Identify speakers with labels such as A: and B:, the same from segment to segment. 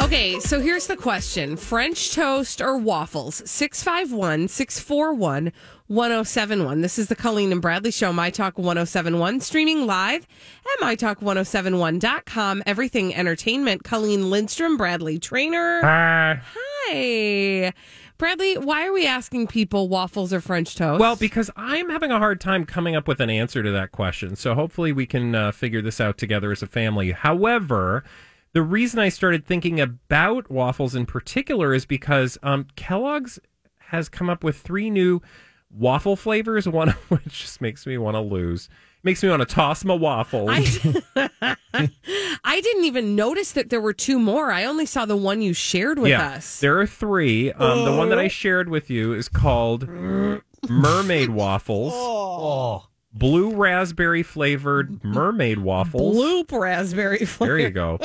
A: Okay, so here's the question French toast or waffles? 651 641 1071. This is the Colleen and Bradley Show, My Talk 1071, streaming live at MyTalk1071.com. Everything Entertainment. Colleen Lindstrom, Bradley Trainer.
B: Hi.
A: Hi. Bradley, why are we asking people waffles or French toast?
B: Well, because I'm having a hard time coming up with an answer to that question. So hopefully we can uh, figure this out together as a family. However, the reason I started thinking about waffles in particular is because um, Kellogg's has come up with three new waffle flavors, one of which just makes me want to lose. Makes me want to toss my waffles.
A: I, I didn't even notice that there were two more. I only saw the one you shared with us.
B: There are three. Um, the one that I shared with you is called Mermaid Waffles. Blue raspberry flavored mermaid waffles.
A: Blue raspberry
B: There
A: flavor.
B: you go.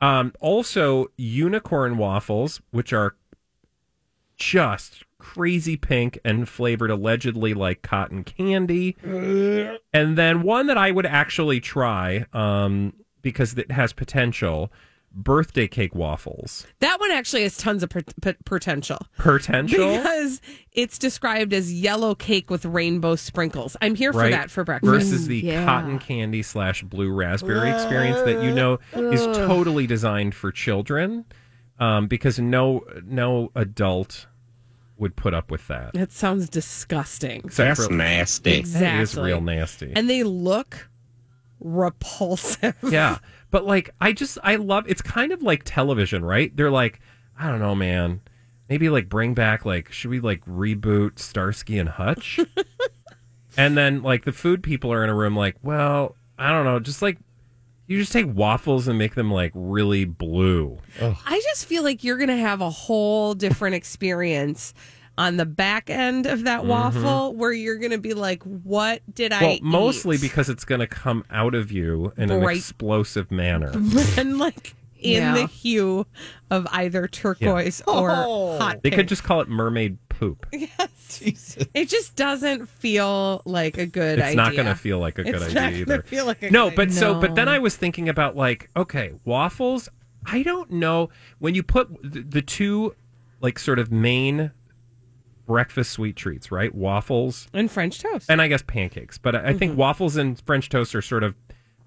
B: Um, also, unicorn waffles, which are just crazy pink and flavored allegedly like cotton candy. And then one that I would actually try um, because it has potential birthday cake waffles.
A: That one actually has tons of pot- pot- potential
B: Potential?
A: because it's described as yellow cake with rainbow sprinkles. I'm here for that for breakfast.
B: Versus the cotton candy slash blue raspberry experience that you know is totally designed for children, um, because no no adult would put up with that.
A: that sounds disgusting.
B: Except for-
C: nasty.
B: That is
A: Exactly.
B: real nasty.
A: And they look repulsive.
B: yeah, but like I just I love it's kind of like television, right? They're like I don't know, man. Maybe like bring back like should we like reboot Starsky and Hutch? and then like the food people are in a room like, well, I don't know, just like you just take waffles and make them like really blue.
A: I just feel like you're going to have a whole different experience on the back end of that waffle where you're going to be like, what did I
B: Well, mostly
A: eat?
B: because it's going to come out of you in an
A: Bright.
B: explosive manner.
A: and like in
D: Yeah.
A: the hue of either turquoise or hot
B: They
A: Oh. pink.
B: could just call it mermaid poop. It's
A: It just doesn't feel like a good idea.
B: not going to feel like a good
A: It's
B: idea
A: not gonna
B: either.
A: feel like a
B: no
A: good
B: but
A: idea.
B: so but then i was thinking about like okay waffles i don't know when you put the, the two like sort of main breakfast sweet treats right waffles
A: and French toast.
B: and i guess pancakes but i, I
A: Mm-hmm.
B: think waffles and french toast are sort of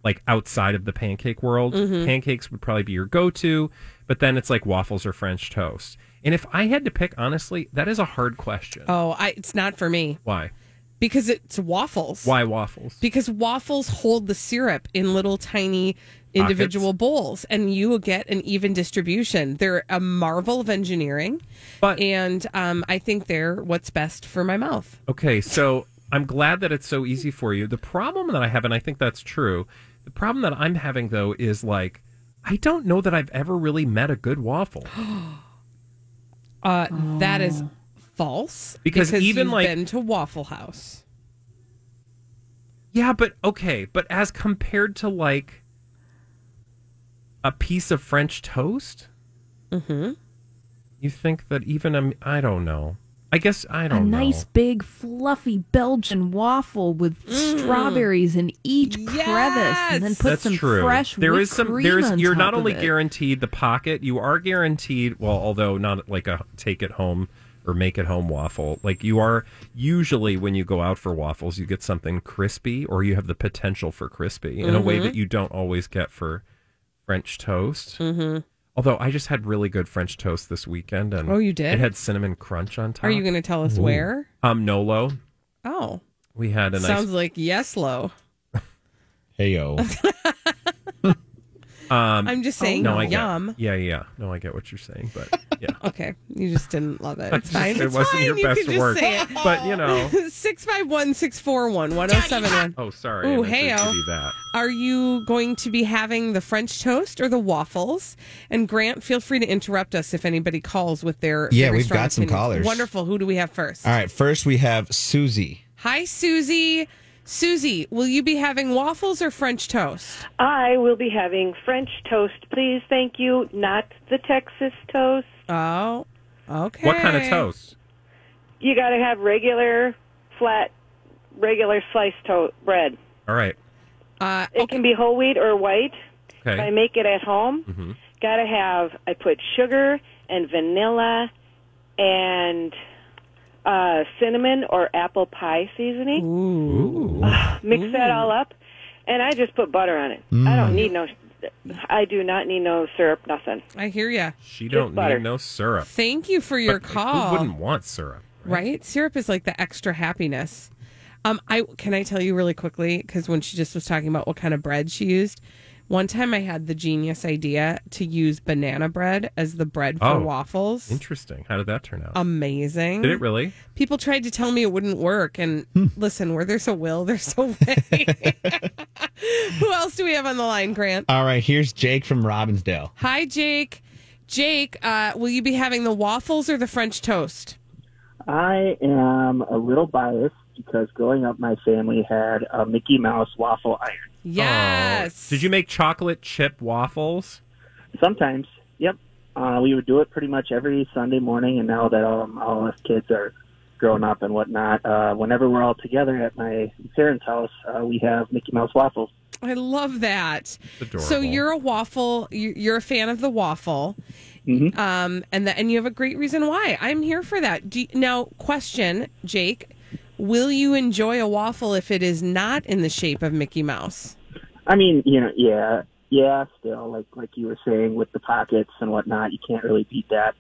B: like outside of the pancake world
A: Mm-hmm.
B: pancakes would probably be your go-to but then it's like waffles or french toast and if i had to pick honestly that is a hard question
A: oh, I, it's not for me
B: why
A: because it's waffles.
B: why waffles
A: Because waffles hold the syrup in little tiny individual bowls, and you will get an even distribution. They're a marvel of engineering,
B: but
A: and um, I think they're what's best for my mouth.
B: Okay, so I'm glad that it's so easy for you. The problem that I have, and I think that's true, the problem that I'm having though is like, I don't know that I've ever really met a good waffle
A: Uh, That is false
B: Because even,
A: you've
B: like-
A: been to Waffle House.
B: Yeah, but okay, but as compared to like a piece of French toast, mm-hmm. you think that even a I don't know. I guess I
E: a
B: don't know.
E: nice big fluffy Belgian waffle with strawberries in each crevice, and then put
B: Mm. That's
E: some
B: true.
E: fresh.
B: There
E: whipped
B: is some.
E: cream
B: There's.
E: on
B: You're
E: top
B: not
E: of
B: only
E: it.
B: guaranteed the pocket. You are guaranteed. Well, although not like a take it home or make it home waffle. Like you are usually when you go out for waffles, you get something crispy, or you have the potential for crispy in a way that you don't always get for French toast. Mm-hmm. Although I just had really good French toast this weekend, and
A: Oh, you did?
B: It had cinnamon crunch on top.
A: Are you going to tell us where?
B: Um, Nolo.
A: Oh,
B: We had a
A: sounds
B: nice.
A: like yes, low.
C: Heyo.
B: Um,
A: I'm just saying,
B: no, I get.
A: yum.
B: Yeah, yeah. No, I get what you're saying, but yeah,
A: Okay, you just didn't love it. It's
B: Just-
A: fine.
B: it
A: it's
B: wasn't
A: fine.
B: your
A: you
B: best
A: can just
B: work.
A: say it.
B: But you know.
A: Six five one six four one one zero seven one.
B: Oh, sorry.
A: Ooh,
B: I meant it
A: heyo.
B: to be that.
A: Are you going to be having the French toast or the waffles? And Grant, feel free to interrupt us if anybody calls with their
C: Yeah,
A: very
C: we've
A: strong
C: got some
A: opinions.
C: callers.
A: Wonderful. Who do we have first?
C: All right, first we have Susie.
A: Hi, Susie. Susie, will you be having waffles or French toast?
F: I will be having French toast, please. Thank you. Not the Texas toast.
A: Oh, okay.
B: What kind of toast?
F: You got to have regular, flat, regular sliced to- bread.
B: All right.
A: Uh,
F: It can be whole wheat or white. If I
B: Okay. Mm-hmm.
F: make it at home, got to have, I put sugar and vanilla and uh, cinnamon or apple pie seasoning.
B: Ooh. Mm.
F: Mix that all up, and I just put butter on it. I don't need no, I do not need no syrup, nothing.
A: I hear you.
B: She don't
F: butter.
B: need no syrup.
A: Thank you for your
B: But, like, Who
A: call.
B: wouldn't want syrup?
A: right? Syrup is like the extra happiness. Um, I can I tell you really quickly because when she just was talking about what kind of bread she used, one time I had the genius idea to use banana bread as the bread for
B: Oh.
A: waffles.
B: Interesting. How did that turn
A: Um,
B: out?
A: Amazing.
B: Did it Hmm. really?
A: People tried to tell me it wouldn't work, and listen, where there's a will, there's a way. Who else do we have on the line, Grant?
C: All right, here's Jake from Robbinsdale.
A: Hi, Jake. Jake, uh, will you be having the waffles or the French toast?
G: I am a little biased because growing up, my family had a Mickey Mouse waffle iron.
A: Yes.
B: Oh. Did you make chocolate chip waffles?
G: Sometimes, yep, uh, we would do it pretty much every Sunday morning. And now that um, all us kids are grown up and whatnot, uh, whenever we're all together at my parents' house, uh, we have Mickey Mouse waffles.
A: I love that.
B: Adorable.
A: So you're a waffle. you- You're a fan of the waffle,
G: Mm-hmm.
A: um, and the, and you have a great reason why. I'm here for that. Do you, now, question, Jake, will you enjoy a waffle if it is not in the shape of Mickey Mouse?
G: I mean, you know, yeah, yeah, still, like like you were saying with the pockets and whatnot, you can't really beat that.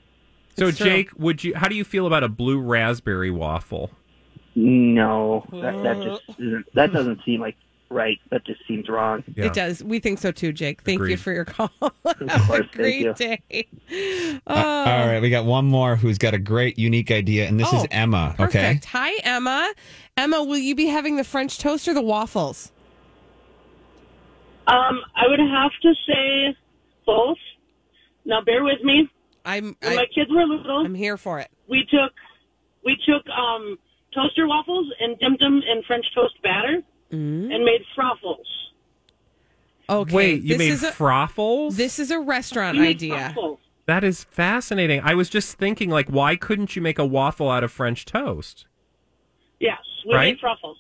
B: So
A: It's true.
B: Jake, would you? How do you feel about a blue raspberry waffle?
G: No, that, that just isn't, that doesn't seem like right. That just seems wrong.
B: Yeah.
A: It does. We think so too, Jake. Thank you
B: Agreed.
A: for your call.
G: Of course, thank you.
A: great
G: Uh,
A: day.
B: uh,
A: Oh,
C: All right, we got one more who's got a great, unique idea, and this
A: Oh,
C: is Emma. Okay.
A: perfect. Hi, Emma. Emma, will you be having the French toast or the waffles?
H: Um, I would have to say both. Now bear with me.
A: I'm
H: When
A: I,
H: my kids were little,
A: I'm here for it.
H: we took we took um, toaster waffles and dipped them in French toast batter
A: Mm.
H: and made froffles.
A: Okay.
B: Wait, you
A: this
B: made
A: is a,
B: froffles?
A: this is a restaurant
H: We made
A: idea.
H: froffles.
B: that is fascinating. I was just thinking, like, why couldn't you make a waffle out of French toast?
H: Yes, we
B: Right?
H: made froffles.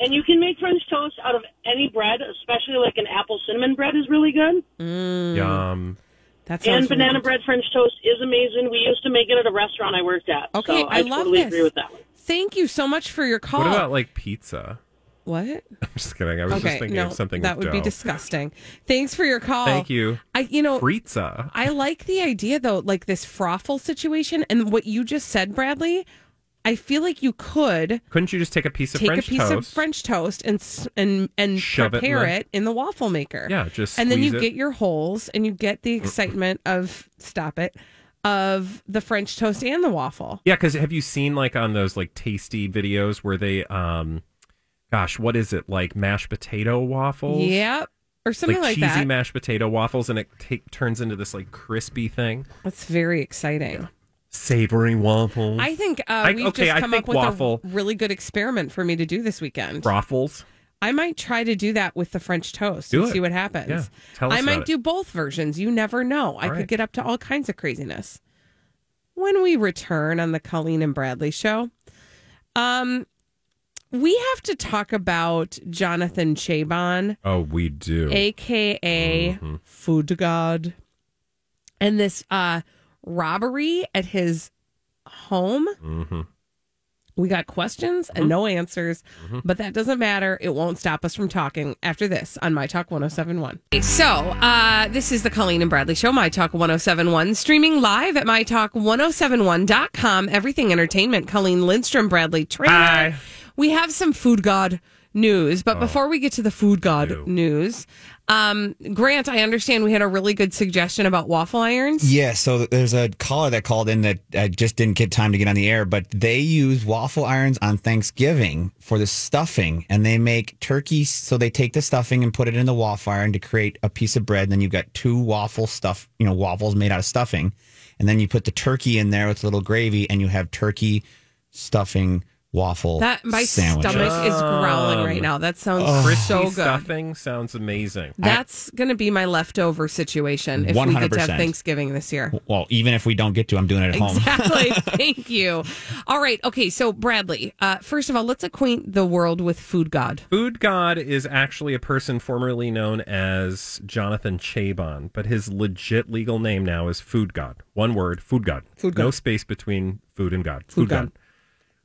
H: And you can make French toast out of any bread, especially like an apple cinnamon bread is really good.
A: Mm.
B: Yum.
A: That sounds
H: And banana
A: really good.
H: bread French toast is amazing. We used to make it at a restaurant I worked at.
A: Okay,
H: so
A: I
H: I,
A: love
H: totally
A: this.
H: agree with that one.
A: Thank you so much for your call.
B: What about like pizza?
A: What?
B: I'm just kidding. I was just
A: Okay,
B: thinking
A: no,
B: of something
A: that
B: with
A: would be
B: dough.
A: disgusting. Thanks for your call.
B: Thank you.
A: I, you know,
B: Fritza.
A: I like the idea though, like this froffle situation and what you just said, Bradley. I feel like you could
B: Couldn't you just take a piece of
A: take
B: French
A: a piece
B: toast?
A: of French toast and s- and and
B: Shove it in
A: prepare
B: the-
A: it in the waffle maker.
B: Yeah, just
A: and then
B: squeeze
A: you
B: it.
A: get your holes and you get the excitement of stop it of the French toast and the waffle.
B: Yeah, because have you seen like on those like tasty videos where they, um, gosh, what is it like mashed potato waffles?
A: Yep, or something like,
B: cheesy
A: that.
B: mashed potato waffles, and it ta- turns into this like crispy thing.
A: That's very exciting.
B: Savory waffles.
A: I think uh,
B: I-
A: we've
B: okay,
A: just
B: I
A: come
B: think
A: up with
B: waffle-
A: a really good experiment for me to do this weekend.
B: Brothels.
A: I might try to do that with the French toast
B: Do
A: and
B: it.
A: see what happens.
B: Yeah, tell us
A: I might
B: about it.
A: do both versions. You never know. I
B: All
A: could
B: right.
A: get up to all kinds of craziness. When we return on the Colleen and Bradley show, um, we have to talk about Jonathan Chabon,
B: Oh, we do.
A: aka Food God, and this uh, robbery at his home.
B: Mhm.
A: We got questions and no answers, but that doesn't matter. It won't stop us from talking after this on My Talk 1071. So, uh, this is the Colleen and Bradley Show, My Talk 1071, streaming live at MyTalk1071.com. Everything Entertainment, Colleen Lindstrom, Bradley Trainer.
B: Hi.
A: We have some food god news, but before we get to the food god
B: No.
A: news, um, Grant, I understand we had a really good suggestion about waffle irons.
C: Yeah, so there's a caller that called in that I just didn't get time to get on the air, but they use waffle irons on Thanksgiving for the stuffing, and they make turkey. So they take the stuffing and put it in the waffle iron to create a piece of bread. And then you've got two waffle stuff, you know, waffles made out of stuffing, and then you put the turkey in there with a little gravy, and you have turkey stuffing waffle
A: That my
C: sandwich.
A: stomach is growling right now. That sounds
B: Crispy
A: so good.
B: stuffing sounds amazing.
A: That's going to be my leftover situation if we get to have
C: 100%.
A: Thanksgiving this year.
C: Well, even if we don't get to, I'm doing it at home.
A: Exactly. Thank you. All right. Okay. So, Bradley, uh, first of all, let's acquaint the world with food god.
B: Food God is actually a person formerly known as Jonathan Chabon, but his legit legal name now is Food God. One word, Food God.
A: Food
B: No
A: God.
B: space between food and God.
A: Food God.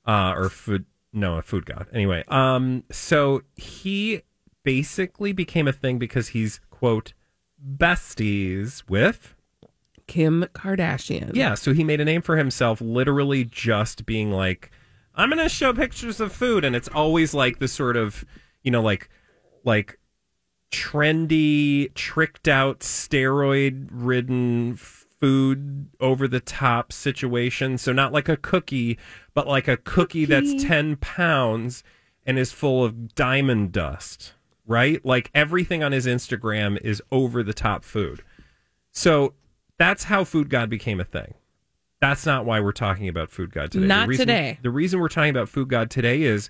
B: Uh, or food, no, a food god. Anyway, um, so he basically became a thing because he's, quote, besties with
A: Kim Kardashian.
B: yeah, so he made a name for himself literally just being like, I'm going to show pictures of food. And it's always like the sort of, you know, like, like, trendy tricked out steroid ridden food over the top situation so not like a cookie but like a cookie, that's 10 pounds and is full of diamond dust right like everything on his instagram is over the top food so that's how food god became a thing. That's not why we're talking about food god today.
A: Not
B: the reason,
A: today.
B: The reason we're talking about food god today is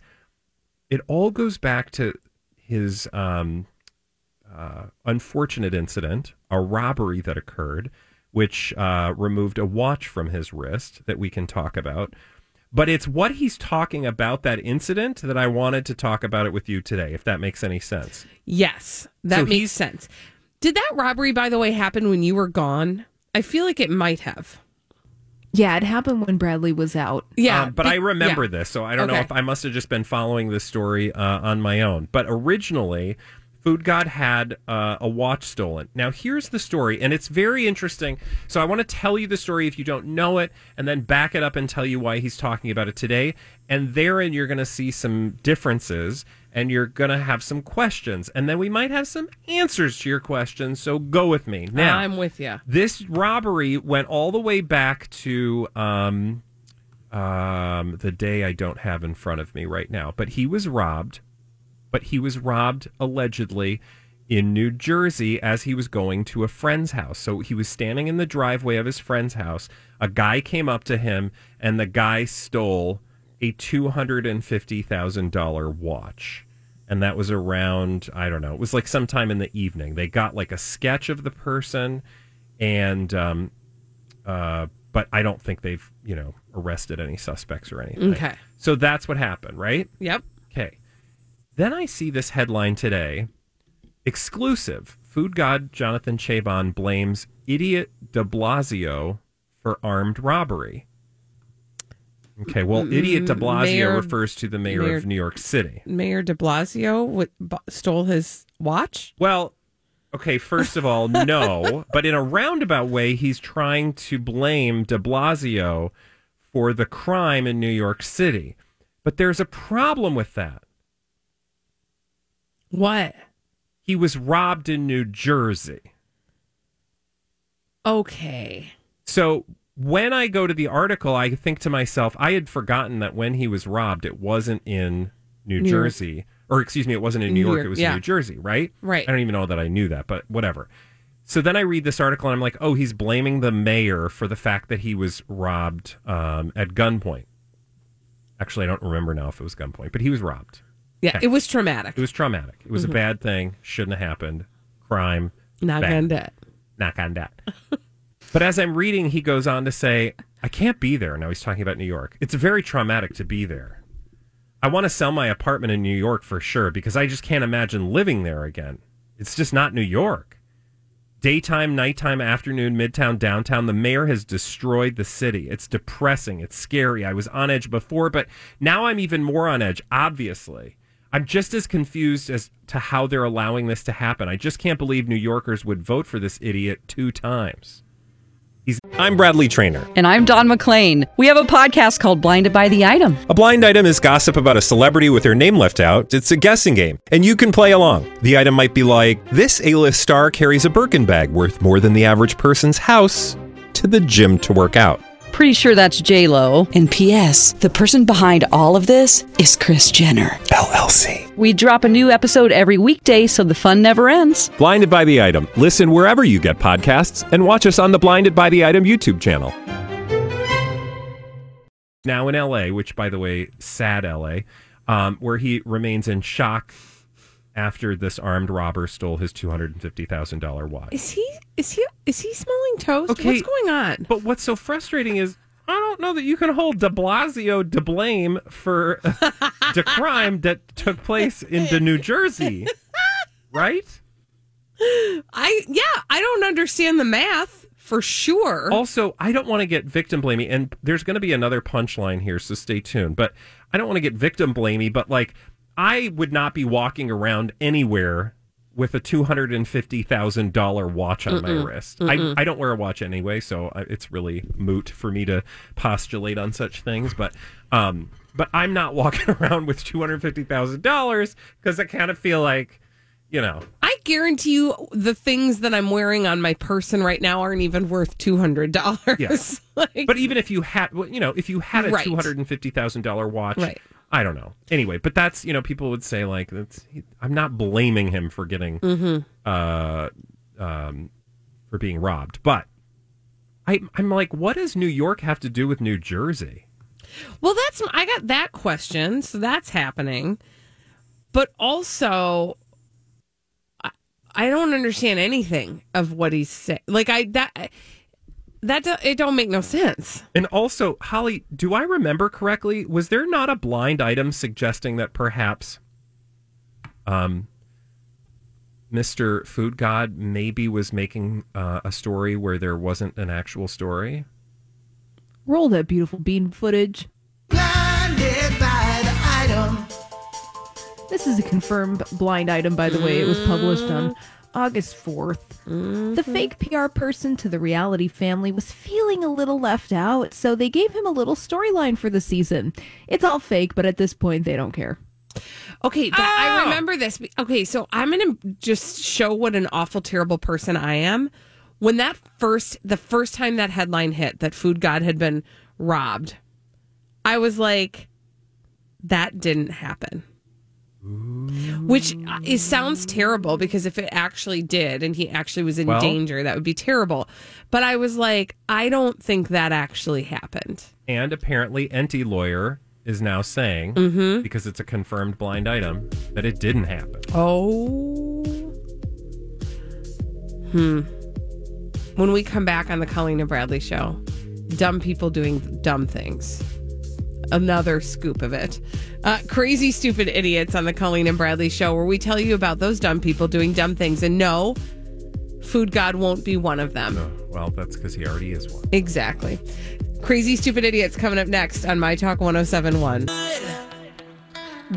B: it all goes back to his um, uh, unfortunate incident, a robbery that occurred, which uh, removed a watch from his wrist that we can talk about. But it's what he's talking about that incident that I wanted to talk about it with you today, if that makes any sense.
A: Yes. That
B: So
A: makes sense. Did that robbery, by the way, happen when you were gone? I feel like it might have.
E: Yeah, it happened when Bradley was out.
A: Yeah.
B: Um, but
A: be-
B: I remember
A: yeah.
B: this, so I don't know
A: Okay.
B: if I must have just been following this story uh, on my own. But originally, Food God had uh, a watch stolen. Now, here's the story, and it's very interesting. So I want to tell you the story if you don't know it, and then back it up and tell you why he's talking about it today. And therein, you're going to see some differences, and you're going to have some questions, and then we might have some answers to your questions. So go with me now.
A: I'm with you.
B: This robbery went all the way back to um, um, the day I don't have in front of me right now. But he was robbed. But he was robbed allegedly in New Jersey as he was going to a friend's house. So he was standing in the driveway of his friend's house. A guy came up to him, and the guy stole a two hundred and fifty thousand dollar watch and that was around I don't know. It was like sometime in the evening. They got like a sketch of the person, and um, uh, but I don't think they've you know arrested any suspects or anything.
A: Okay.
B: So that's what happened, right?
A: Yep.
B: Okay. Then I see this headline today. Exclusive. Food God Jonathan Chabon blames idiot de Blasio for armed robbery. Okay, well, idiot de Blasio
A: Mayor-
B: refers to the mayor
A: Mayor-
B: of New York City.
A: Mayor de Blasio w- b- stole his watch.
B: Well, okay, first of all, no. but in a roundabout way, he's trying to blame de Blasio for the crime in New York City. But there's a problem with that.
A: What?
B: He was robbed in New Jersey.
A: Okay.
B: So when I go to the article, I think to myself, I had forgotten that when he was robbed, it wasn't in New,
A: New York.
B: Jersey, or excuse me, it wasn't in New
A: New
B: York,
A: York,
B: it was
A: yeah.
B: in New Jersey, right?
A: Right.
B: I don't even know that I knew that, but whatever. So then I read this article and I'm like, oh, he's blaming the mayor for the fact that he was robbed um, at gunpoint. Actually, I don't remember now if it was gunpoint, but he was robbed.
A: Yeah,
B: Okay.
A: it was traumatic.
B: It was traumatic. It was a bad thing. Shouldn't have happened. Crime.
A: Not
B: bad
A: gonna do it.
B: knock on that. but as I'm reading, he goes on to say, I can't be there. Now he's talking about New York. It's very traumatic to be there. I want to sell my apartment in New York for sure because I just can't imagine living there again. It's just not New York. Daytime, nighttime, afternoon, midtown, downtown. The mayor has destroyed the city. It's depressing. It's scary. I was on edge before, but now I'm even more on edge, obviously. I'm just as confused as to how they're allowing this to happen. I just can't believe New Yorkers would vote for this idiot two times. He's I'm Bradley Trainer.
I: And I'm Don McClain. We have a podcast called Blinded by the Item.
B: A blind item is gossip about a celebrity with their name left out. It's a guessing game, and you can play along. The item might be like this A list star carries a Birkin bag worth more than the average person's house to the gym to work out.
I: Pretty sure that's J Lo.
J: And P.S. The person behind all of this is Chris Jenner.
B: LLC.
I: We drop a new episode every weekday, so the fun never ends.
B: Blinded by the Item. Listen wherever you get podcasts and watch us on the Blinded by the Item YouTube channel. Now in LA, which by the way, sad LA, um, where he remains in shock after this armed robber stole his $250,000 watch.
A: Is he is he is he smelling toast?
B: Okay.
A: What's going on?
B: But what's so frustrating is I don't know that you can hold de Blasio to blame for the crime that took place in the New Jersey, right?
A: I yeah, I don't understand the math for sure.
B: Also, I don't want to get victim blamey, and there's going to be another punchline here, so stay tuned. But I don't want to get victim blamey, but like I would not be walking around anywhere with a two hundred and fifty thousand dollar watch on my wrist. I, I don't wear a watch anyway, so I, it's really moot for me to postulate on such things. But um, but I'm not walking around with two hundred fifty thousand dollars because I kind of feel like, you know,
A: I guarantee you the things that I'm wearing on my person right now aren't even worth two hundred dollars.
B: Yes.
A: like,
B: But even if you had, well, you know, if you had a
A: Right.
B: two hundred and fifty thousand dollar watch,
A: Right.
B: I don't know. Anyway, but that's you know, people would say like, that's, I'm not blaming him for getting,
A: Mm-hmm.
B: uh, um, for being robbed, but I, I'm like, what does New York have to do with New Jersey?
A: well, that's I got that question, so that's happening. But also, I, I don't understand anything of what he's saying. Like I that that do, it don't make no sense.
B: And also, Holly, do I remember correctly? Was there not a blind item suggesting that perhaps um, Mr. Food God maybe was making uh, a story where there wasn't an actual story?
E: Roll that beautiful bean footage. This is a confirmed blind item, by the way. It was published on August 4th. The fake PR person to the reality family was feeling a little left out, so they gave him a little storyline for the season. It's all fake, but at this point, they don't care.
A: Okay, that, I remember this. Okay, so I'm going to just show what an awful, terrible person I am. When that first, the first time that headline hit that Food God had been robbed, I was like, that didn't happen. Which uh, it sounds terrible because if it actually did and he actually was in
B: Well-
A: danger, that would be terrible. But I was like, I don't think that actually happened.
B: And apparently, Enti Lawyer is now saying, because it's a confirmed blind item, that it didn't happen.
A: Oh. Hmm. When we come back on the Colleen and Bradley show, dumb people doing dumb things. Another scoop of it. Uh, crazy, stupid idiots on the Colleen and Bradley show, where we tell you about those dumb people doing dumb things. And no, Food God won't be one of them.
B: Oh, well, that's because he already is one.
A: Exactly. Crazy Stupid Idiots coming up next on My Talk 1071.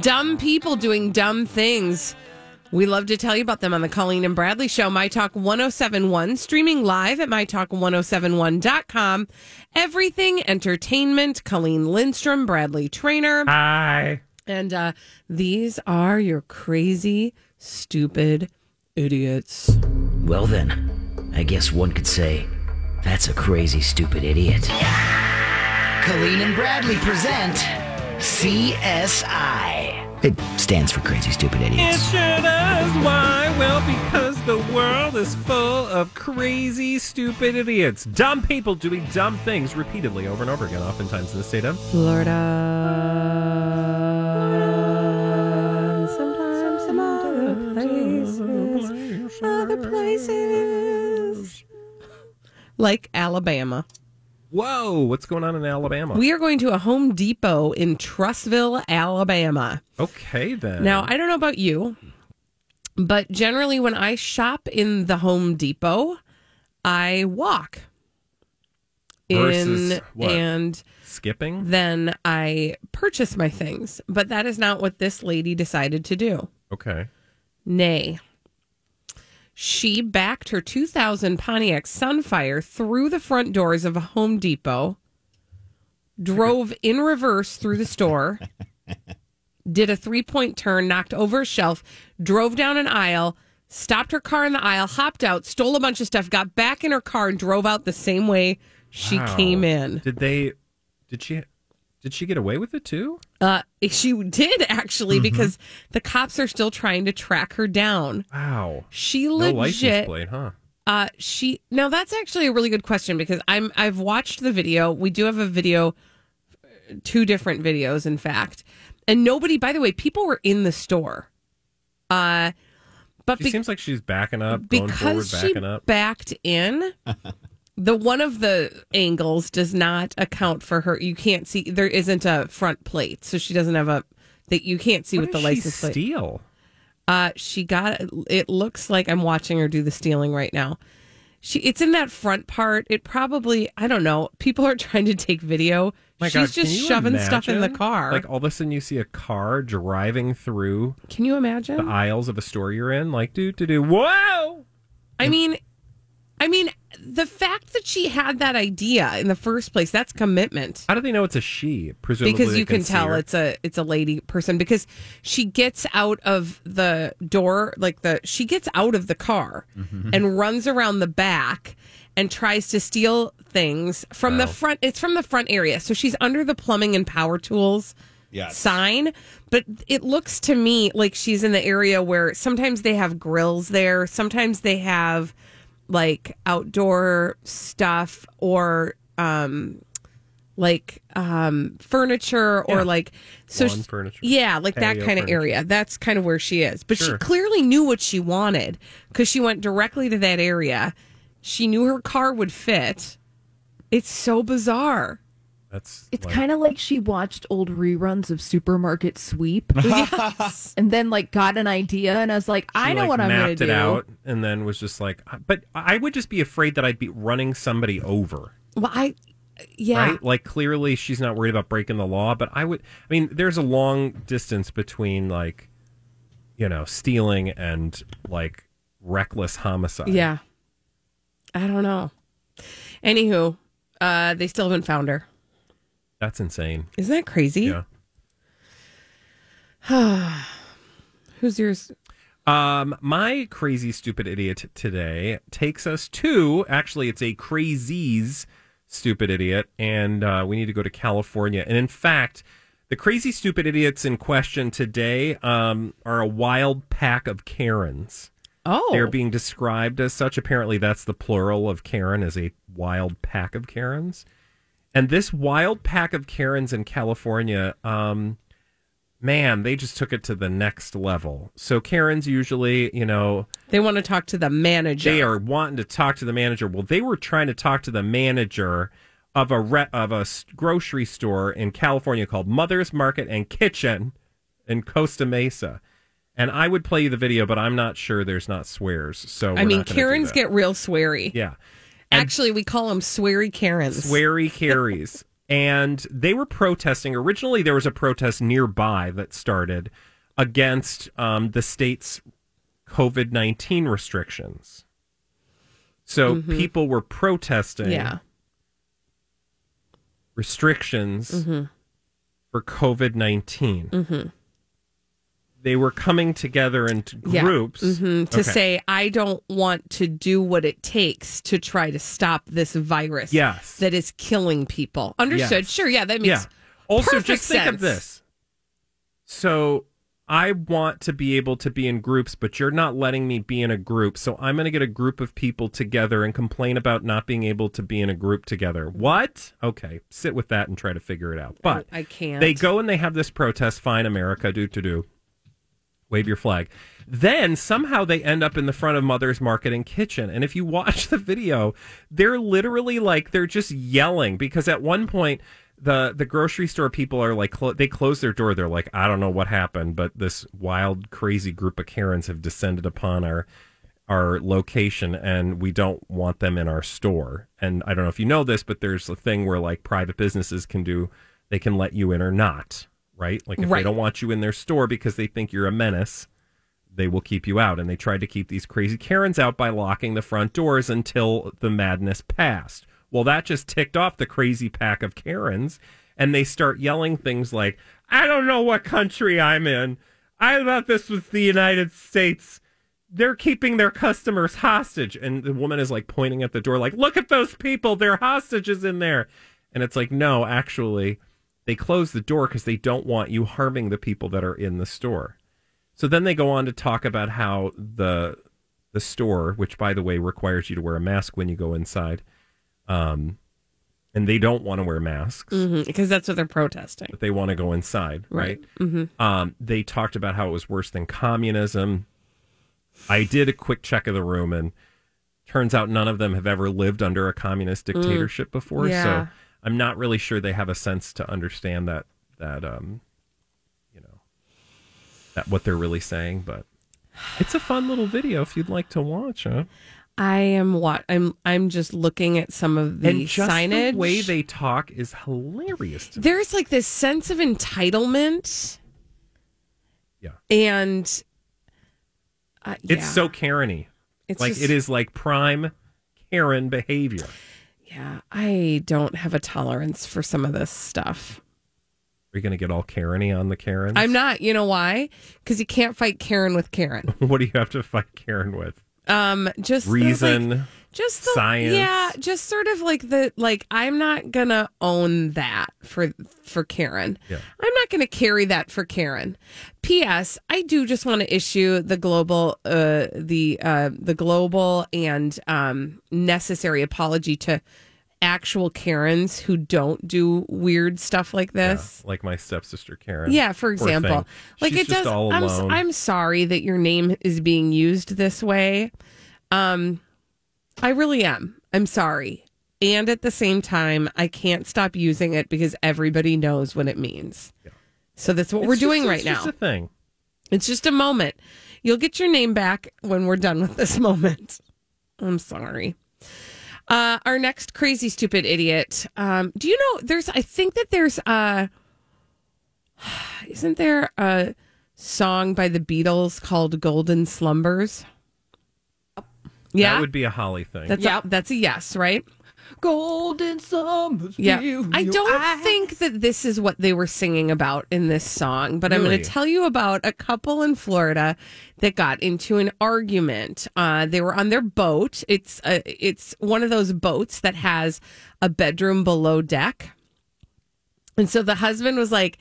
A: Dumb people doing dumb things. We love to tell you about them on the Colleen and Bradley Show, My Talk 1071, streaming live at MyTalk1071.com. Everything Entertainment, Colleen Lindstrom, Bradley Trainer.
B: Hi.
A: And uh, these are your crazy, stupid idiots.
K: Well, then, I guess one could say that's a crazy, stupid idiot. Colleen and Bradley present CSI. It stands for Crazy Stupid
B: It
K: Idiots.
B: sure does. Why? Well, because the world is full of crazy, stupid idiots. Dumb people doing dumb things repeatedly over and over again, oftentimes in the state of.
A: Florida. Sometimes some other places. Other places. Like Alabama.
B: Whoa, what's going on in Alabama?
A: We are going to a Home Depot in Trussville, Alabama.
B: okay, then.
A: Now, I don't know about you, But generally, when I shop in the Home Depot, I walk
B: Versus
A: in
B: what?
A: and
B: Skipping?
A: then I purchase my things. But that is not what this lady decided to do.
B: Okay.
A: Nay. She backed her 2000 Pontiac Sunfire through the front doors of a Home Depot, drove in reverse through the store, did a three point turn, knocked over a shelf, drove down an aisle, stopped her car in the aisle, hopped out, stole a bunch of stuff, got back in her car, and drove out the same way she
B: Wow.
A: came in.
B: Did they? Did she? Did she get away with it too?
A: Uh, she did actually
B: Mm-hmm.
A: because the cops are still trying to track her down.
B: Wow.
A: She
B: No license
A: legit.
B: plate, huh?
A: uh, she now that's actually a really good question because I'm I've watched the video. We do have a video, two different videos, in fact. And nobody, by the way, people were in the store. Uh, but
B: She
A: be-
B: seems like she's backing up, going forward,
A: because she
B: backing up.
A: backed in the one of the angles does not account for her you can't see there isn't a front plate so she doesn't have a that you can't see
B: What
A: with
B: did
A: the
B: she
A: license plate
B: steal?
A: uh she got it looks like i'm watching her do the stealing right now she it's in that front part it probably i don't know people are trying to take video
B: My
A: she's
B: God, can
A: just
B: you
A: shoving stuff in the
B: imagine?
A: car
B: Like all of a sudden, you see a car driving through
A: can you imagine
B: the aisles of a store you're in. Like, do do do. Whoa!
A: I mean, I mean, the fact that she had that idea in the first place—that's commitment.
B: How do they know it's a she? Presumably,
A: Because
B: they
A: you can
B: see
A: tell
B: her.
A: it's a it's a lady person because she gets out of the door like the she gets out of the car
B: Mm-hmm.
A: and runs around the back and tries to steal things from the
L: Wow.
A: front. It's from the front area, so she's under the plumbing and power tools
L: Yes.
A: sign. But it looks to me like she's in the area where sometimes they have grills there, sometimes they have like outdoor stuff or um like um furniture or
B: Yeah.
A: like so
B: Lawn
A: she-
B: furniture.
A: yeah like that
B: Patio
A: kind of
B: furniture.
A: area that's kind of where she is but she
B: Sure.
A: clearly knew what she wanted because she went directly to that area she knew her car would fit it's so bizarre
B: that's
E: It's kind of like she watched old reruns of Supermarket Sweep, and then like got an idea, and I was like, I
B: She,
E: know
B: like,
E: what I'm gonna
B: mapped
E: do.
B: it out, and then was just like, "Uh, but I would just be afraid that I'd be running somebody over.
A: well i yeah
B: Right? Like clearly she's not worried about breaking the law, but I would I mean, there's a long distance between like you know, stealing and like reckless homicide.
A: yeah i don't know anywho uh they still haven't found her
B: That's insane.
A: isn't that crazy
B: Yeah.
A: who's yours
B: Um my crazy stupid idiot today takes us to actually it's a crazies stupid idiot and uh, we need to go to California. And in fact, the crazy stupid idiots in question today um, are a wild pack of Karens.
A: oh
B: They're being described as such. Apparently, that's the plural of Karen, as a wild pack of Karens. And this wild pack of Karens in California, um, man, they just took it to the next level. So, Karens usually, you know,
A: they want to talk to the manager
B: they are wanting to talk to the manager. Well, they were trying to talk to the manager of a re- of a s- grocery store in California called Mother's Market and Kitchen in Costa Mesa. And I would play you the video, but I'm not sure there's not swears. So
A: I
B: we're
A: mean,
B: not gonna do
A: Karens
B: that.
A: get real sweary.
B: yeah
A: Actually, we call them sweary Karens.
B: sweary Karens, and they were protesting. Originally, there was a protest nearby that started against um, the state's COVID 19 restrictions. So
A: Mhm.
B: people were protesting
A: Yeah.
B: restrictions
A: Mhm.
B: for COVID 19.
A: Mhm.
B: They were coming together into
A: Yeah.
B: groups
A: Mhm. to
B: Okay.
A: say, I don't want to do what it takes to try to stop this virus
B: Yes.
A: that is killing people. Understood.
B: Yes.
A: Sure. Yeah, that makes
B: Also,
A: perfect
B: just think of
A: sense.
B: this. So I want to be able to be in groups, but you're not letting me be in a group. So I'm going to get a group of people together and complain about not being able to be in a group together. What? Okay, sit with that and try to figure it out. But
A: I can't.
B: they go and they have this protest. Fine, America, do to do. Wave your flag. Then somehow they end up in the front of Mother's Market and Kitchen. And if you watch the video, they're literally like they're just yelling because at one point the the grocery store people are like clo- they close their door. They're like, I don't know what happened, but this wild, crazy group of Karens have descended upon our our location, and we don't want them in our store. And I don't know if you know this, but there's a thing where like private businesses can do they can let you in or not, right? Like if
A: Right.
B: they don't want you in their store because they think you're a menace, they will keep you out. And they tried to keep these crazy Karens out by locking the front doors until the madness passed. Well, that just ticked off the crazy pack of Karens, and they start yelling things like, I don't know what country I'm in. I thought this was the United States. They're keeping their customers hostage. And the woman is like pointing at the door, like, look at those people. They're hostages in there. And it's like, no, actually, they close the door because they don't want you harming the people that are in the store. So then they go on to talk about how the the store, which by the way requires you to wear a mask when you go inside, um, and they don't want to wear masks,
A: Mhm, because that's what they're protesting.
B: but they want to go inside, right?
A: Mhm.
B: Um, they talked about how it was worse than communism. I did a quick check of the room, and turns out none of them have ever lived under a communist
A: Mm.
B: dictatorship before.
A: Yeah.
B: So I'm not really sure they have a sense to understand that that um, you know, that what they're really saying. But it's a fun little video if you'd like to watch it.
A: I am what I'm. I'm just looking at some of the
B: and just
A: signage.
B: the way they talk is hilarious. To me.
A: There's like this sense of entitlement.
B: Yeah.
A: And uh,
B: It's
A: yeah.
B: so Karen-y.
A: It's
B: like
A: just-
B: it is like prime Karen behavior.
A: yeah. I don't have a tolerance for some of this stuff.
B: Are you going to get all Karen-y on the Karens?
A: I'm not. You know why? Because you can't fight Karen with Karen.
B: what do you have to fight Karen with?
A: Um, just sort of like-
B: Reason,
A: just the,
B: science.
A: Yeah, just sort of like the like I'm not gonna own that for for Karen.
B: Yeah.
A: I'm not gonna carry that for Karen. P.S. I do just want to issue the global uh the uh the global and um necessary apology to actual Karens who don't do weird stuff like this.
B: like my stepsister Karen.
A: Yeah, for
B: Poor
A: example.
B: thing.
A: Like
B: She's
A: it
B: just
A: does
B: all
A: I'm
B: alone.
A: I'm sorry that your name is being used this way. Um I really am. I'm sorry. And at the same time, I can't stop using it because everybody knows what it means. So that's what
B: It's
A: we're
B: just-
A: doing
B: it's
A: right
B: just
A: now.
B: a thing.
A: It's just a moment. You'll get your name back when we're done with this moment. I'm sorry. Uh, our next crazy, stupid idiot. Um, do you know there's, I think that there's, uh, isn't there a song by the Beatles called Golden Slumbers? Yeah.
B: That would be a Holly thing.
A: That's a, that's a yes, right?
E: Golden summers.
A: Yeah.
E: feel
A: I
E: your
A: don't
E: eyes.
A: think that this is what they were singing about in this song, but I'm going
B: Really?
A: to tell you about a couple in Florida that got into an argument. Uh, they were on their boat. It's a, it's one of those boats that has a bedroom below deck. And so the husband was like,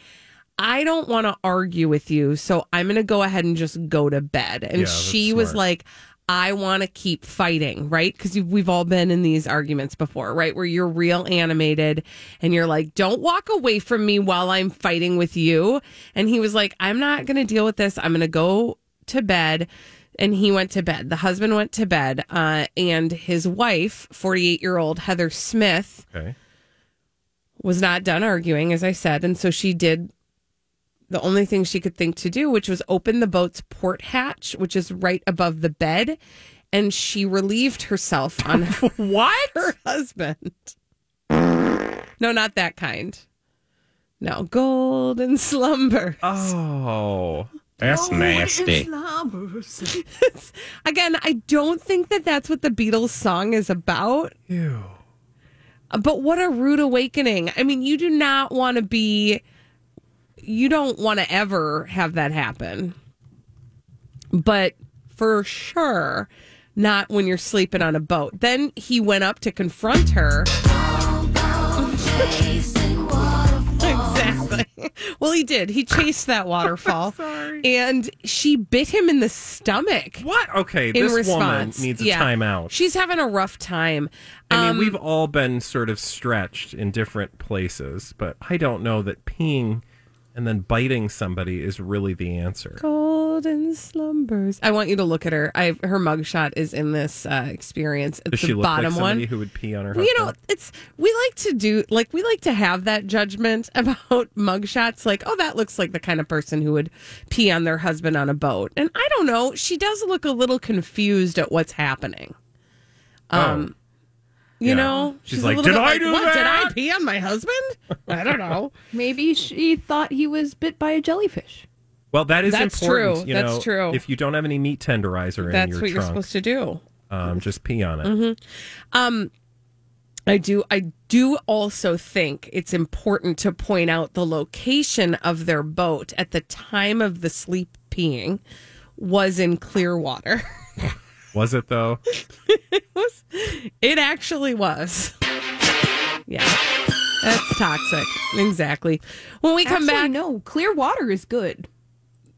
A: I don't want to argue with you, so I'm going to go ahead and just go to bed. And
L: Yeah, that's
A: she was
L: smart.
A: like, I want to keep fighting, right? Because we've all been in these arguments before, right? Where you're real animated and you're like, don't walk away from me while I'm fighting with you. And he was like, I'm not going to deal with this. I'm going to go to bed. And he went to bed. The husband went to bed. Uh, and his wife, 48 year old Heather Smith,
B: Okay.
A: was not done arguing, as I said. And so she did the only thing she could think to do, which was open the boat's port hatch, which is right above the bed. And she relieved herself on what? Her husband. No, not that kind. No, golden slumber.
B: Oh,
M: That's nasty.
A: Again, I don't think that that's what the Beatles song is about.
B: Ew.
A: But what a rude awakening. I mean, you do not want to be, you don't want to ever have that happen. But for sure, not when you're sleeping on a boat. Then he went up to confront her. Exactly. Well, he did. He chased that waterfall. And she bit him in the stomach.
B: What? Okay,
A: In
B: this
A: response.
B: woman needs a
A: Yeah.
B: timeout.
A: She's having a rough time.
B: I
A: Um,
B: mean, we've all been sort of stretched in different places, but I don't know that peeing and then biting somebody is really the answer.
A: Golden slumbers. I want you to look at her. I her mugshot is in this uh, experience. It's
B: Does she
A: the
B: look
A: bottom
B: like somebody
A: one.
B: who would pee on her?
A: you know,
B: husband?
A: it's we like to do like we like to have that judgment about mugshots. Like, oh, that looks like the kind of person who would pee on their husband on a boat. And I don't know. She does look a little confused at what's happening. Um, you
B: Oh. Yeah.
A: know,
B: She's
A: a
B: like,
A: little
B: "Did
A: bit
B: I do
A: what, Did I
B: that?"
A: pee on my husband? I don't know.
E: Maybe she thought he was bit by a jellyfish.
B: well, that is
A: That's
B: important.
A: true.
B: You
A: That's
B: know,
A: true.
B: If you don't have any meat tenderizer in
A: That's
B: your
A: what you're
B: trunk,
A: supposed to do.
B: um, just pee on it.
A: hmm Um, I do. I do also think it's important to point out the location of their boat at the time of the sleep peeing was in clear water.
B: Was it though?
A: it actually was. Yeah, that's toxic. Exactly. When we come
E: Actually,
A: back,
E: no, clear water is good.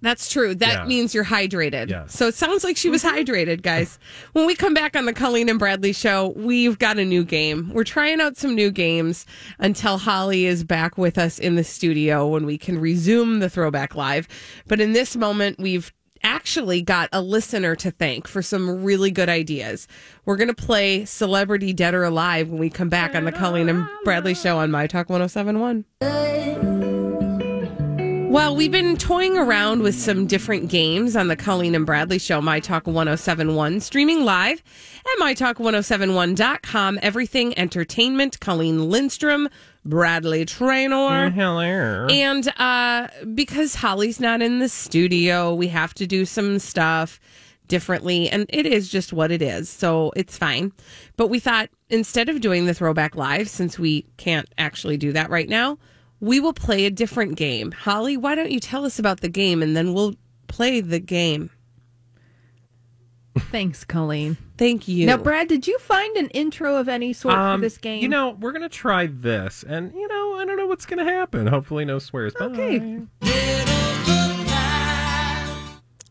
A: That's true. That
E: Yeah.
A: means you're hydrated.
E: Yes.
A: So it sounds like she was hydrated, guys. When we come back on the Colleen and Bradley show, we've got a new game. We're trying out some new games until Holly is back with us in the studio when we can resume the throwback live. But in this moment, we've actually got a listener to thank for some really good ideas. We're going to play Celebrity Dead or Alive when we come back on the Colleen and Bradley show on My Talk 1071. Well, we've been toying around with some different games on the Colleen and Bradley show, My Talk 1071, streaming live at MyTalk1071.com. Everything Entertainment, Colleen Lindstrom, Bradley Trainor.
B: Hello.
A: And uh, because Holly's not in the studio, we have to do some stuff differently. And it is just what it is. So it's fine. But we thought instead of doing the throwback live, since we can't actually do that right now, we will play a different game. Holly, why don't you tell us about the game and then we'll play the game?
E: Thanks, Colleen.
A: Thank you.
E: Now, Brad, did you find an intro of any sort for this game?
B: Um, You know, we're gonna try this, and you know, I don't know what's gonna happen. Hopefully, no swears. Okay.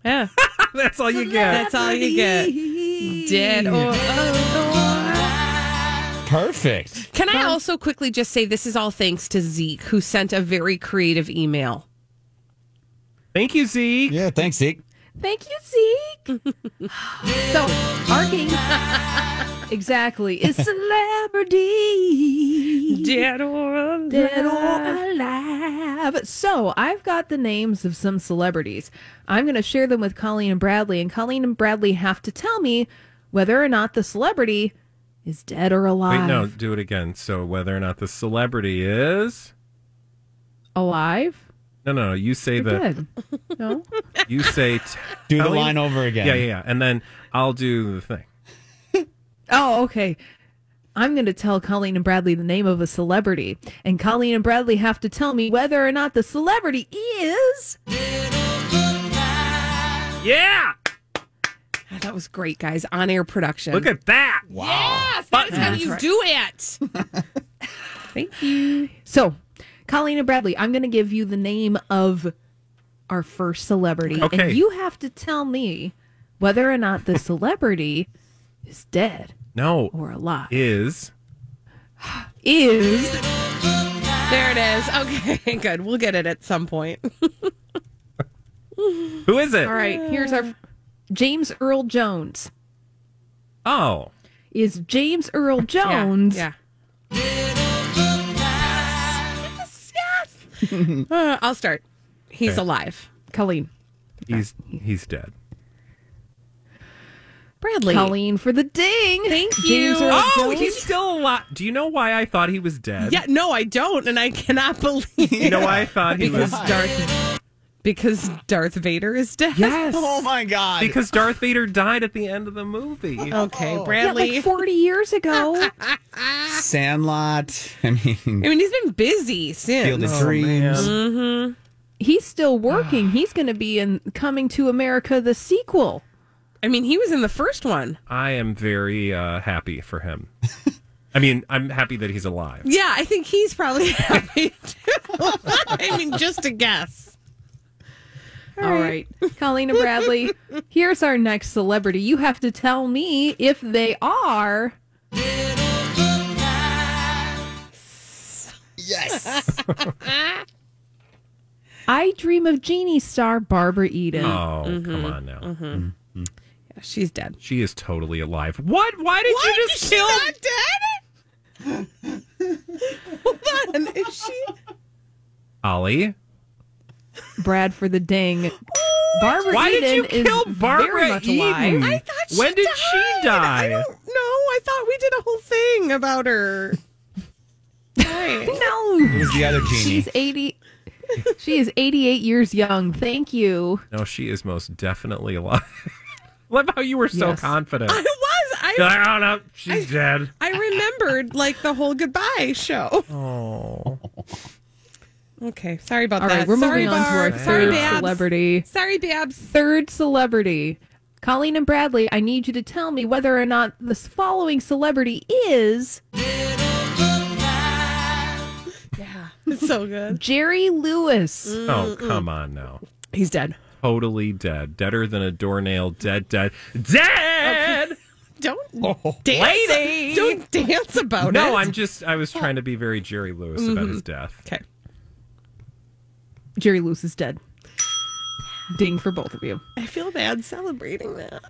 A: Yeah.
B: That's all you get.
A: That's all you get. Dead or
C: Perfect.
A: Can I also quickly just say this is all thanks to Zeke, who sent a very creative email.
B: Thank you, Zeke.
C: Yeah, thanks, Zeke.
E: Thank you, Zeke. so, our game exactly is celebrity
A: dead or alive.
E: Dead or alive. So, I've got the names of some celebrities. I'm going to share them with Colleen and Bradley, and Colleen and Bradley have to tell me whether or not the celebrity is dead or alive.
B: Wait, no, do it again. So whether or not the celebrity is
E: Alive?
B: no, no, no. You say the
E: Good. No.
B: you say t-
C: Do the
B: Colleen-
C: line over again.
B: Oh, Yeah, yeah, yeah, and then I'll do the thing.
E: Oh, okay. I'm going to tell Colleen and Bradley the name of a celebrity, and Colleen and Bradley have to tell me whether or not the celebrity is.
B: Yeah.
A: That was great, guys. On air production.
B: Look at that.
A: Yes, that's how
E: That's
A: you
E: right.
A: do it. Thank you.
E: So, Colleen and Bradley, I'm going to give you the name of our first celebrity,
B: Okay.
E: and you have to tell me whether or not the celebrity is dead
B: No,
E: or alive.
B: is
E: Is
A: There it is. Okay, good. We'll get it at some point.
B: who is it?
E: all right. Here's our James Earl Jones.
B: Oh,
E: Is James Earl Jones?
A: Yeah. Uh, I'll start. He's
B: Okay.
A: alive.
E: Colleen.
B: he's he's dead.
A: Bradley.
E: Colleen for the ding.
A: Thank
E: James
A: you.
E: Earl
B: Oh,
E: Jones.
B: he's still alive. Do you know why I thought he was dead?
A: Yeah, no, I don't, and I cannot believe
B: You know why I thought he
A: because
B: was
A: Darth because Darth Vader is dead.
B: Yes.
C: Oh my God.
B: because Darth Vader died at the end of the movie.
A: Okay,
E: Yeah,
A: Bradley.
E: like 40 years ago.
C: Sandlot. I mean,
A: I mean, he's been busy since.
C: Field of Dreams.
A: Mm-hmm.
E: he's still working. He's going to be in Coming to America, the sequel.
A: I mean, he was in the first one.
B: I am very uh, happy for him. I mean, I'm happy that he's alive.
A: Yeah, I think he's probably happy too. I mean, just a guess.
E: All right. Colleen and Bradley, here's our next celebrity. You have to tell me if they are.
C: Yes.
E: I Dream of Jeannie star Barbara Eden.
B: Oh, come on now.
A: Yeah, she's dead.
B: She is totally alive. What? Why did
A: Why
B: you just
A: is
B: kill?
A: She not dead? Hold on, is she?
B: Ollie?
E: Brad for the ding. Barbara
B: Why did
E: Eden
B: you kill
E: is very
B: Barbara
E: much
B: Eden?
E: alive.
B: I thought she When did she died. I die? don't
A: No, I thought we did a whole thing about her.
E: no.
C: It was the other genie.
E: She's 80. She is 88 years young. Thank you.
B: No, she is most definitely alive. Love how you were so
E: Yes.
B: confident.
A: I was. I
B: You're like, oh no, she's dead.
A: I remembered like the whole goodbye show.
B: Oh.
A: Okay, sorry about
E: All
A: that.
E: right, we're
A: sorry,
E: moving on to our
A: Barb. sorry,
E: third
A: Babs.
E: celebrity.
A: Sorry, Babs.
E: Third celebrity. Colleen and Bradley, I need you to tell me whether or not this following celebrity is
A: Yeah, it's so good.
E: Jerry Lewis.
B: Oh, come on now.
A: He's dead.
B: Totally dead. Deader than a doornail. Dead, dead, dead.
A: Don't dance.
B: Oh, Lady!
A: Don't dance about it.
B: No, I'm just, I was trying to be very Jerry Lewis about
A: Mm-hmm.
B: his death.
A: okay.
E: Jerry Lewis is dead. Ding for both of you.
A: I feel bad celebrating that.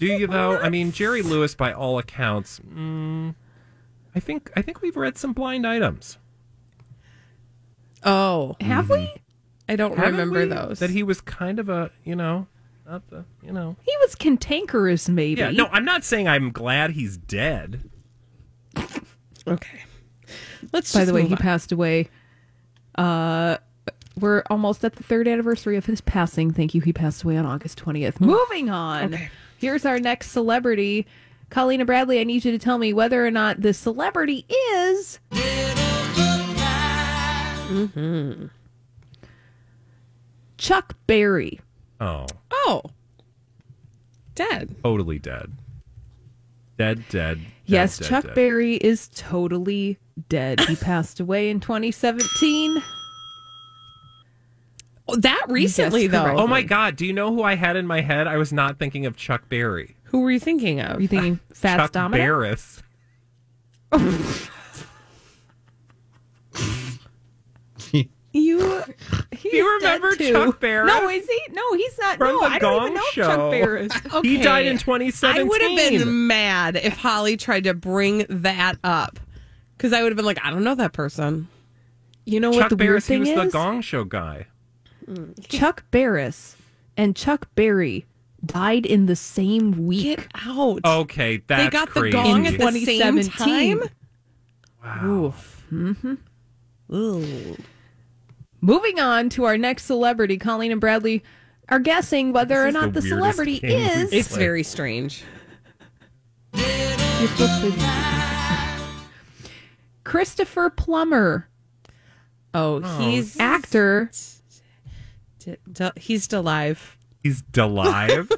B: Do you though? I mean, Jerry Lewis, by all accounts, mm, I think I think we've read some blind items.
A: oh,
E: Have we?
A: I don't
B: Haven't
A: remember
B: we?
A: those.
B: That he was kind of a, you know, not the, you know.
E: He was cantankerous, maybe.
B: Yeah, no, I'm not saying I'm glad he's dead.
A: okay. Let's.
E: By
A: just
E: the way,
A: move
E: he
A: on.
E: passed away. Uh, we're almost at the third anniversary of his passing. Thank you. He passed away on August
B: Hmm.
E: 20th. Moving on.
A: Okay.
E: Here's our next celebrity. Colleen and Bradley, I need you to tell me whether or not this celebrity is. Mm-hmm. Chuck Berry.
B: Oh,
A: Oh, dead.
B: totally dead. Dead, dead. dead,
E: yes,
B: dead,
E: Chuck
B: dead.
E: Berry is totally dead. He passed away in 2017.
A: Oh, that recently though.
E: correct.
B: Oh my God! Do you know who I had in my head? I was not thinking of Chuck Berry.
A: Who were you thinking of?
E: Are you thinking Fats
B: Chuck
E: Domino?
B: Barris.
E: You, he's
B: you remember
E: dead too.
B: Chuck Barris?
E: No, is he? No, he's not.
B: From
E: no,
B: the
E: I don't
B: Gong
E: even know if
B: Show.
E: Chuck Barris.
B: He
A: Okay.
B: died in 2017.
A: I would have been mad if Holly tried to bring that up because I would have been like, I don't know that person.
E: You know what
B: Chuck
E: the weird
B: Barris. He
E: thing
B: was the
E: is?
B: Gong Show guy.
E: Chuck Barris and Chuck Berry died in the same week.
A: Get out.
B: Okay, that's
A: they got
B: crazy.
A: the gong at
E: In
A: the same
E: 2017.
A: time.
B: Wow.
E: Mm-hmm.
A: Ooh.
E: Moving on to our next celebrity, Colleen and Bradley are guessing whether
B: This
E: or
B: is
E: not
B: the
E: the,
B: weirdest
E: celebrity
B: game we've
E: is.
A: It's
B: Like-
A: very strange.
E: You're supposed to- Christopher Plummer,
A: Oh, he's
E: actor.
A: d- d- he's still alive.
B: He's alive.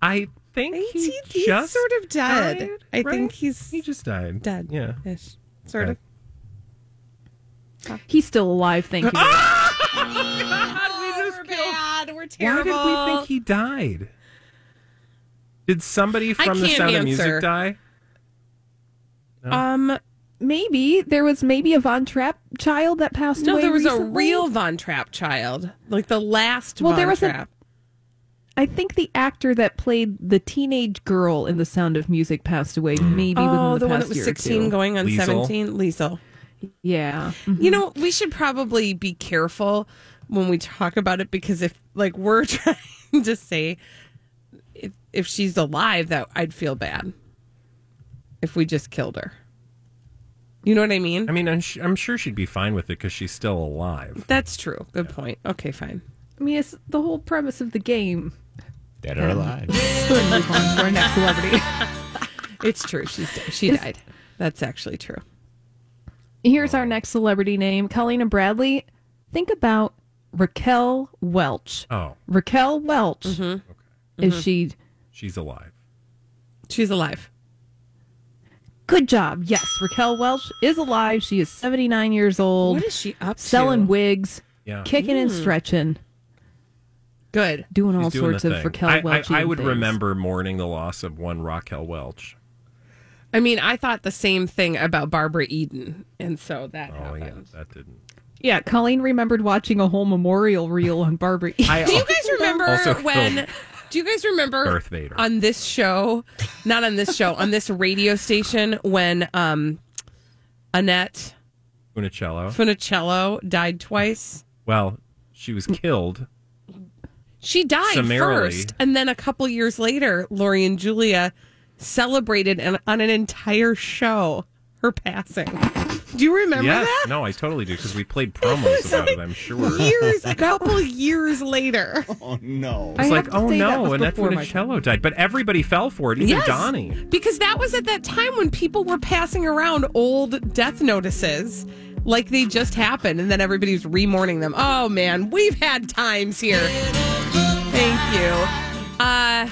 B: I think
A: He's,
B: he,
A: he's
B: just
A: sort of dead.
B: died,
A: I think
B: right?
A: he's
B: he just died.
A: dead.
B: Yeah.
A: Ish. Sort
B: Okay.
A: of.
E: He's still alive, thank you.
A: we're bad. We're
B: Why
A: terrible.
B: did we think he died? Did somebody
A: I
B: from the
A: can't
B: Sound of
A: answer.
B: Music die?
A: um,
E: maybe there was maybe a Von Trapp child that passed
A: no,
E: away.
A: there was a
E: recently.
A: real Von Trapp child, like the last
E: Well,
A: Von
E: there was a-
A: Trapp.
E: I think the actor that played the teenage girl in The Sound of Music passed away.
B: Mm-hmm.
E: Maybe within
A: oh,
E: the,
A: the,
E: past
A: one that was
E: year or
A: 16
E: two.
A: going on
B: Liesel?
A: 17. Liesel.
E: Yeah,
A: You know, we should probably be careful when we talk about it because if, like, we're trying to say if, if she's alive, that I'd feel bad if we just killed her. You know what I mean?
B: I mean, I'm, sh- I'm sure she'd be fine with it because she's still alive.
A: That's true. Good point. Okay, fine.
E: I mean it's the whole premise of the game.
C: Dead or alive.
E: Let's move on to our next celebrity.
A: It's true. She's dead. She died. That's actually true.
E: Here's our next celebrity name, Colleen Bradley. Think about Raquel Welch.
B: Oh,
E: Raquel Welch.
A: Mm-hmm.
E: Is she?
B: she's alive.
A: She's alive.
E: Good job. Yes, Raquel Welch is alive. She is 79 years old,
A: What is she up to? Mm.
E: selling wigs,
B: Yeah.
E: kicking and stretching,
A: Good.
E: doing all
B: She's doing
E: sorts
B: the
E: of
B: thing.
E: Raquel
B: I, I,
E: Welch.
B: I would remember mourning the loss of one Raquel Welch.
A: I mean, I thought the same thing about Barbara Eden, and so that
B: Oh, yeah,
A: happened.
B: that didn't.
E: Yeah, Colleen remembered watching a whole memorial reel on Barbie.
A: do you guys remember
E: Also
A: when?
E: filmed.
A: Do you guys remember
E: Darth Vader.
A: on this show? Not on this show. on this radio station when um, Annette
N: Funicello.
A: Funicello died twice.
N: well, she was killed.
A: She died
N: Summarily.
A: first, and then a couple years later, Lori and Julia celebrated an, on an entire show her passing. Do you remember
N: yes.
A: that?
N: No, I totally do because we played
A: It
N: promos
A: was
N: about
A: like
N: it. I'm sure.
A: Years, a couple years later.
O: Oh no!
N: It's like, oh no, and that's when Cello died. But everybody fell for it, even
A: Yes,
N: Donnie.
A: Because that was at that time when people were passing around old death notices like they just happened, and then everybody was remorning them. Oh man, we've had times here. Thank you. Uh,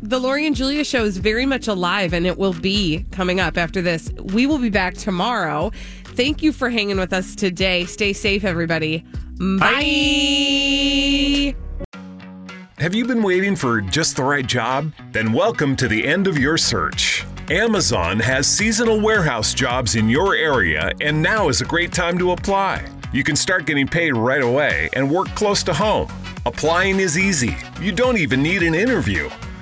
A: the Lori and Julia show is very much alive, and it will be coming up after this. We will be back tomorrow. Thank you for hanging with us today. Stay safe, everybody. Bye.
B: Have you been waiting for just the right job? Then welcome to the end of your search. Amazon has seasonal warehouse jobs in your area, and now is a great time to apply. You can start getting paid right away and work close to home. Applying is easy, you don't even need an interview.